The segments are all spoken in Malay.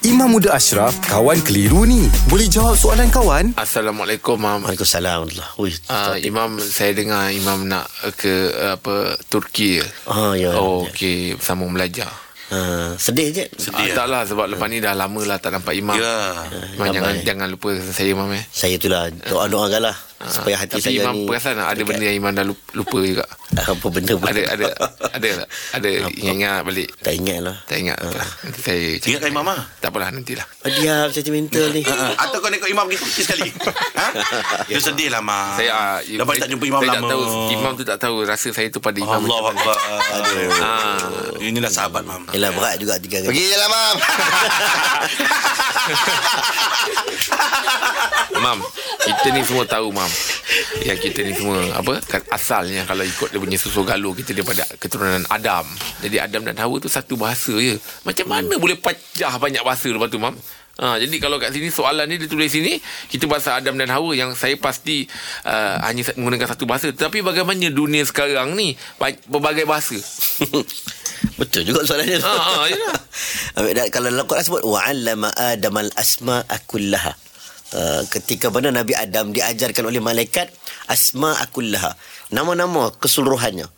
Imam Muda Ashraf, kawan keliru ni. Boleh jawab soalan kawan? Assalamualaikum Mam. Waalaikumsalam Ui, Uh, Imam saya dengar Imam nak uh, ke uh, apa Turki. Ah, ya. Oh, okey, sama belajar. ha, Sedih je Ah, Sedih. tak lah sebab lepas ni dah lama lah tak nampak Imam. Ya. Imam jangan Ramai. jangan lupa saya Imam eh. Saya tu lah Doa-doakan lah Supaya Ah. hati Tapi saya Imam ni perasan tak ada benda yang Imam dah lupa, lupa juga. Apa benda pun ada ada ada tak? ada ingat balik. Tak ingat lah Tak ingat apa. Nanti saya Ingatkan Imam ah. Tak apalah nantilah. Ah, Diam sentimental ni Ah, Ha, Atau kau nak ikut Imam pergi Turki sekali ha? You sedih lah Mak Ya. Saya ah, Lepas saya- tak jumpa Imam saya lama Oh, Tak tahu Imam tu tak tahu rasa saya tu pada Imam. Allah macam- Ah. Akbar Aduh Inilah sahabat Mam Yelah berat juga tiga kali Pergi je lah mam Mam, kita ni semua tahu Mam. Ya kita ni semua apa kan asalnya kalau ikut dia punya susu galuh kita daripada keturunan Adam. Jadi Adam dan Hawa tu satu bahasa je. Macam mana boleh pecah banyak bahasa lepas tu Mam? Ha, jadi kalau kat sini soalan ni dia tulis sini kita bahasa Adam dan Hawa yang saya pasti uh, hanya sa- menggunakan satu bahasa tetapi bagaimana dunia sekarang ni ba- berbagai bahasa. Betul juga soalannya tu. Ah, ah, yelah. Ambil dah, kalau dalam Quran sebut wa'allama adamal asma'a kullaha. Uh, ketika mana Nabi Adam diajarkan oleh malaikat asma'a kullaha. Nama-nama keseluruhannya.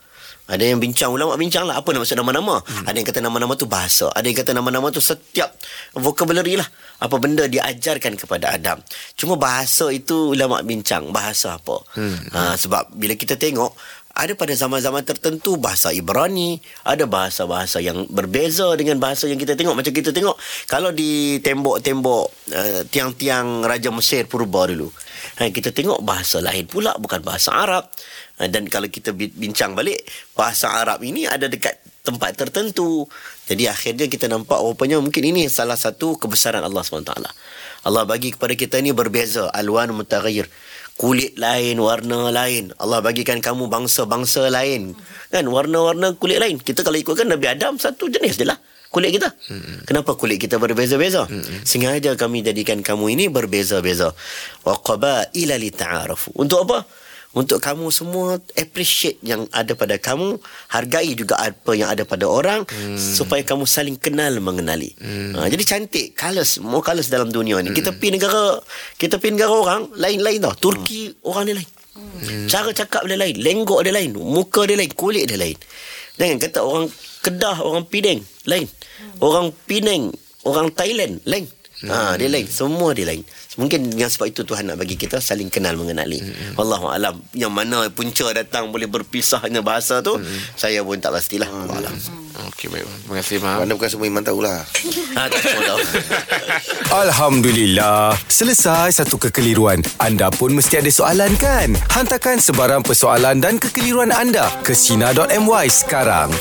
Ada yang bincang ulama bincang lah apa nama maksud nama-nama. Hmm. Ada yang kata nama-nama tu bahasa, ada yang kata nama-nama tu setiap vocabulary lah. Apa benda diajarkan kepada Adam. Cuma bahasa itu ulama bincang bahasa apa. Hmm. Ha, sebab bila kita tengok ada pada zaman-zaman tertentu bahasa Ibrani, ada bahasa-bahasa yang berbeza dengan bahasa yang kita tengok. Macam kita tengok kalau di tembok-tembok uh, tiang-tiang Raja Mesir purba dulu. Ha, kita tengok bahasa lain pula bukan bahasa Arab. Ha, dan kalau kita bi- bincang balik, bahasa Arab ini ada dekat tempat tertentu. Jadi akhirnya kita nampak rupanya mungkin ini salah satu kebesaran Allah SWT. Allah bagi kepada kita ni berbeza. Alwan mutaghayyir kulit lain, warna lain. Allah bagikan kamu bangsa-bangsa lain. Kan warna-warna kulit lain. Kita kalau ikutkan Nabi Adam satu jenis je lah kulit kita. Hmm. Kenapa kulit kita berbeza-beza? Hmm. Sengaja kami jadikan kamu ini berbeza-beza. Wa qabaila li ta'arafu. Untuk apa? Untuk kamu semua appreciate yang ada pada kamu, hargai juga apa yang ada pada orang hmm. supaya kamu saling kenal mengenali. Hmm. Ha, jadi cantik, colors, more colors dalam dunia ni. Hmm. Kita pergi negara, kita pergi negara orang lain-lain tau. Turki hmm. orang dia lain. Hmm. Cara cakap dia lain, lenggok dia lain, muka dia lain, kulit dia lain. Jangan kata orang Kedah, orang Penang lain. Orang Penang, orang Thailand lain. Ha, dia lain. Semua dia lain. Mungkin dengan sebab itu Tuhan nak bagi kita saling kenal mengenali. Hmm. Wallahu alam. Yang mana punca datang boleh berpisah hanya bahasa tu, hmm. saya pun tak pastilah. Wallahu alam. Okey baik. Mam. Terima kasih Mam. Mana bukan semua Iman tahulah Ha, tak semua tahu. Alhamdulillah. Selesai satu kekeliruan. Anda pun mesti ada soalan kan? Hantarkan sebarang persoalan dan kekeliruan anda ke Sina.my sekarang.